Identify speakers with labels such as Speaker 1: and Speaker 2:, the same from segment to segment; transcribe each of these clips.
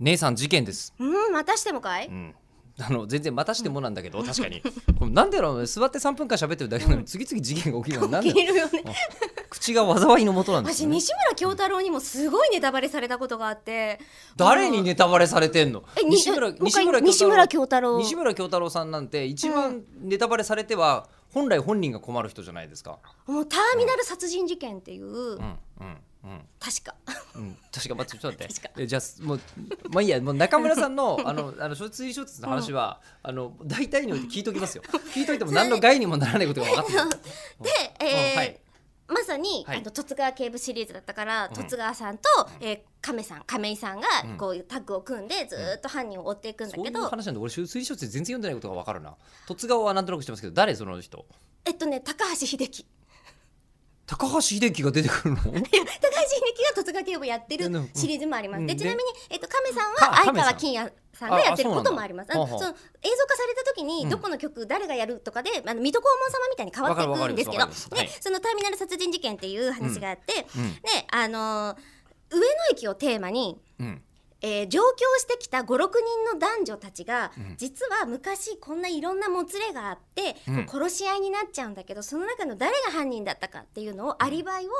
Speaker 1: 姉さん事件です。
Speaker 2: うんまたしてもかい
Speaker 1: うん。あの全然またしてもなんだけど、確かに。これ なんでだろうね座って3分間喋ってるだけなのに、次々事件が起きるの なんで
Speaker 2: 起
Speaker 1: だろ
Speaker 2: きるよね
Speaker 1: う。あ口が災いのもとなんです
Speaker 2: 私
Speaker 1: よね。
Speaker 2: 西村京太郎にもすごいネタバレされたことがあって
Speaker 1: 誰に
Speaker 2: ね
Speaker 1: ネタバレされてんの
Speaker 2: え？に
Speaker 1: 西村
Speaker 2: もう一回西村京太郎
Speaker 1: 西村京太郎さんなんて一
Speaker 2: う
Speaker 1: 番ネタバレされては本来本人が困る人じゃないですか。
Speaker 2: もうターミナル殺人事件っていう、
Speaker 1: うんうんうん。
Speaker 2: 確か
Speaker 1: うん、確か待ってちょっと待って
Speaker 2: 確
Speaker 1: えじゃあもうまあいいやもう中村さんの あのあの小説小説の話は、あの大体において聞いときますよ聞いといても何の害にもならないことが分かってる
Speaker 2: で、えー
Speaker 1: うんはい
Speaker 2: まさに、
Speaker 1: はい
Speaker 2: あの十津川警部シリーズだったから
Speaker 1: ん
Speaker 2: 十津川さんと、えー亀さん亀井さんが
Speaker 1: うん
Speaker 2: こういうタッグを組んでずーっと犯人を追っていくんだ
Speaker 1: そうい
Speaker 2: け
Speaker 1: う
Speaker 2: ど、
Speaker 1: 話なんで俺推理小説全然読んでないことが分かるな十津川はなんとなくしてますけど誰その人
Speaker 2: えっとね高橋秀樹
Speaker 1: 高橋秀樹が出て くるの
Speaker 2: いや高橋秀樹が十津川警部やってる
Speaker 1: うん
Speaker 2: シリーズもあります、
Speaker 1: うん
Speaker 2: で
Speaker 1: で
Speaker 2: ちなみに、えっと、亀さん
Speaker 1: か
Speaker 2: は相
Speaker 1: 亀さん
Speaker 2: 川欽也さんがやってる
Speaker 1: ああそうなんだ
Speaker 2: こともありますあ
Speaker 1: はあ
Speaker 2: の
Speaker 1: はあ
Speaker 2: その映像化された時に
Speaker 1: うん
Speaker 2: どこの曲誰がやるとかで、あの水戸黄門様みたいに変わってい
Speaker 1: わか
Speaker 2: く
Speaker 1: る
Speaker 2: んですけ
Speaker 1: わ
Speaker 2: ど
Speaker 1: かります
Speaker 2: で、
Speaker 1: わかります
Speaker 2: そのターミナル殺人事件っていう話があって、
Speaker 1: うん
Speaker 2: ねあのー上野駅をテーマに、
Speaker 1: うん
Speaker 2: えー上京してきた56人の男女たちが、
Speaker 1: うん
Speaker 2: 実は昔こんないろんなもつれがあって、
Speaker 1: うん
Speaker 2: こう殺し合いになっちゃうんだけどその中の誰が犯人だったかっていうのをアリバイを、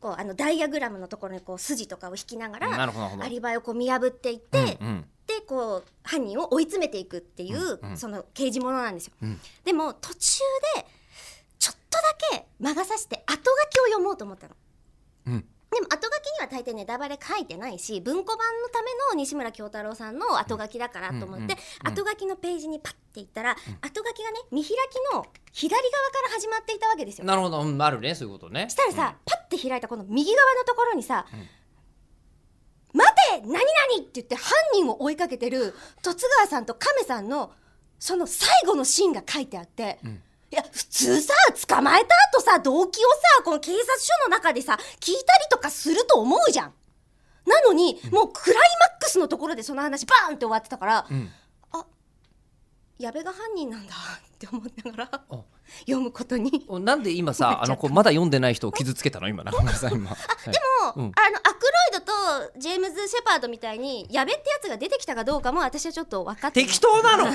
Speaker 2: こうあのダイヤグラムのところにこう筋とかを引きなが
Speaker 1: な
Speaker 2: ら
Speaker 1: るほどなるほど
Speaker 2: アリバイをこう見破っていって、
Speaker 1: うんうん
Speaker 2: でこう犯人を追い詰めていくっていう、
Speaker 1: うんうん
Speaker 2: その刑事ものなんですよ。
Speaker 1: うん
Speaker 2: でも途中でちょっとだけ魔が差して後書きを読もうと思ったの。
Speaker 1: うん
Speaker 2: でも後書きには大抵ネタバレ書いてないし文庫版のための西村京太郎さんの後書きだからと思っ
Speaker 1: うん
Speaker 2: て、
Speaker 1: うんうん
Speaker 2: 後書きのページにパッていったら、後書きがね見開きの左側から始まっていたわけですよ。
Speaker 1: なるほど、うん、あるねそういうことね
Speaker 2: したらさ、パッて開いたこの右側のところにさ「
Speaker 1: ん
Speaker 2: 待て何々!」って言って犯人を追いかけてる十津川さんと亀さんのその最後のシーンが書いてあって。
Speaker 1: ん
Speaker 2: いや普通さ捕まえた後さ動機をさこの警察署の中でさ聞いたりとかすると思うじゃんなのに、もうクライマックスのところでその話バーンって終わってたから、
Speaker 1: うん、うん
Speaker 2: 矢部が犯人なんだって思いながら
Speaker 1: あ
Speaker 2: 読むことに
Speaker 1: おなんで今
Speaker 2: やっちゃ
Speaker 1: さ
Speaker 2: った
Speaker 1: あのこうまだ読んでない人を傷つけたの今中 村さん今あで
Speaker 2: も
Speaker 1: う
Speaker 2: う
Speaker 1: ん
Speaker 2: あのアクロイドとジェームズ・シェパードみたいに矢部ってやつが出てきたかどうかも私はちょっと分かってない
Speaker 1: 適当 なの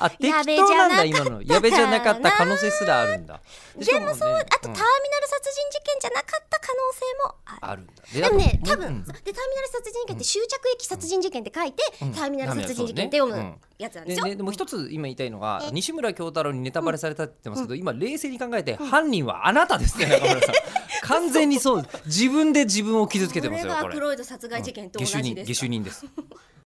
Speaker 1: あ適
Speaker 2: やべじ
Speaker 1: 当
Speaker 2: ゃ
Speaker 1: な
Speaker 2: なん
Speaker 1: だ
Speaker 2: かった
Speaker 1: 今のやべじゃなかった可能性すらあるんだでし
Speaker 2: で
Speaker 1: かも
Speaker 2: もそう、
Speaker 1: ね
Speaker 2: あとタ
Speaker 1: う
Speaker 2: ーミ
Speaker 1: ん
Speaker 2: ナル殺人事件じゃなかった可能性もある
Speaker 1: あるんだ
Speaker 2: でもね、
Speaker 1: あと
Speaker 2: 多分、
Speaker 1: うん
Speaker 2: でターミナル殺人事件って終着駅殺人事件って書いて、
Speaker 1: うん
Speaker 2: ターミナル殺人事件って読むやつなんで
Speaker 1: です
Speaker 2: よ。
Speaker 1: ね、でも一つ今言いたいのが
Speaker 2: え
Speaker 1: 西村京太郎にネタバレされたって言ってますけど、今冷静に考えて、犯人はあなたですね中村さん完全にそう自分で自分を傷つけてますよ
Speaker 2: これが
Speaker 1: こ
Speaker 2: ア
Speaker 1: れ
Speaker 2: クロイド殺害事件と同
Speaker 1: 下手
Speaker 2: じ
Speaker 1: 人
Speaker 2: です
Speaker 1: 下手人です